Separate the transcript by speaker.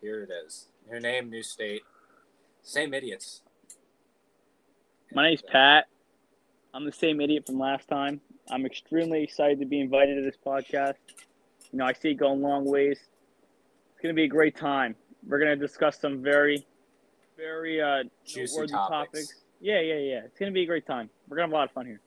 Speaker 1: Here it is. New name, new state. Same idiots.
Speaker 2: My name's Pat. I'm the same idiot from last time. I'm extremely excited to be invited to this podcast. You know, I see it going long ways. It's going to be a great time. We're going to discuss some very, very uh,
Speaker 1: Juicy
Speaker 2: noteworthy
Speaker 1: topics.
Speaker 2: Yeah, yeah, yeah. It's going to be a great time. We're going to have a lot of fun here.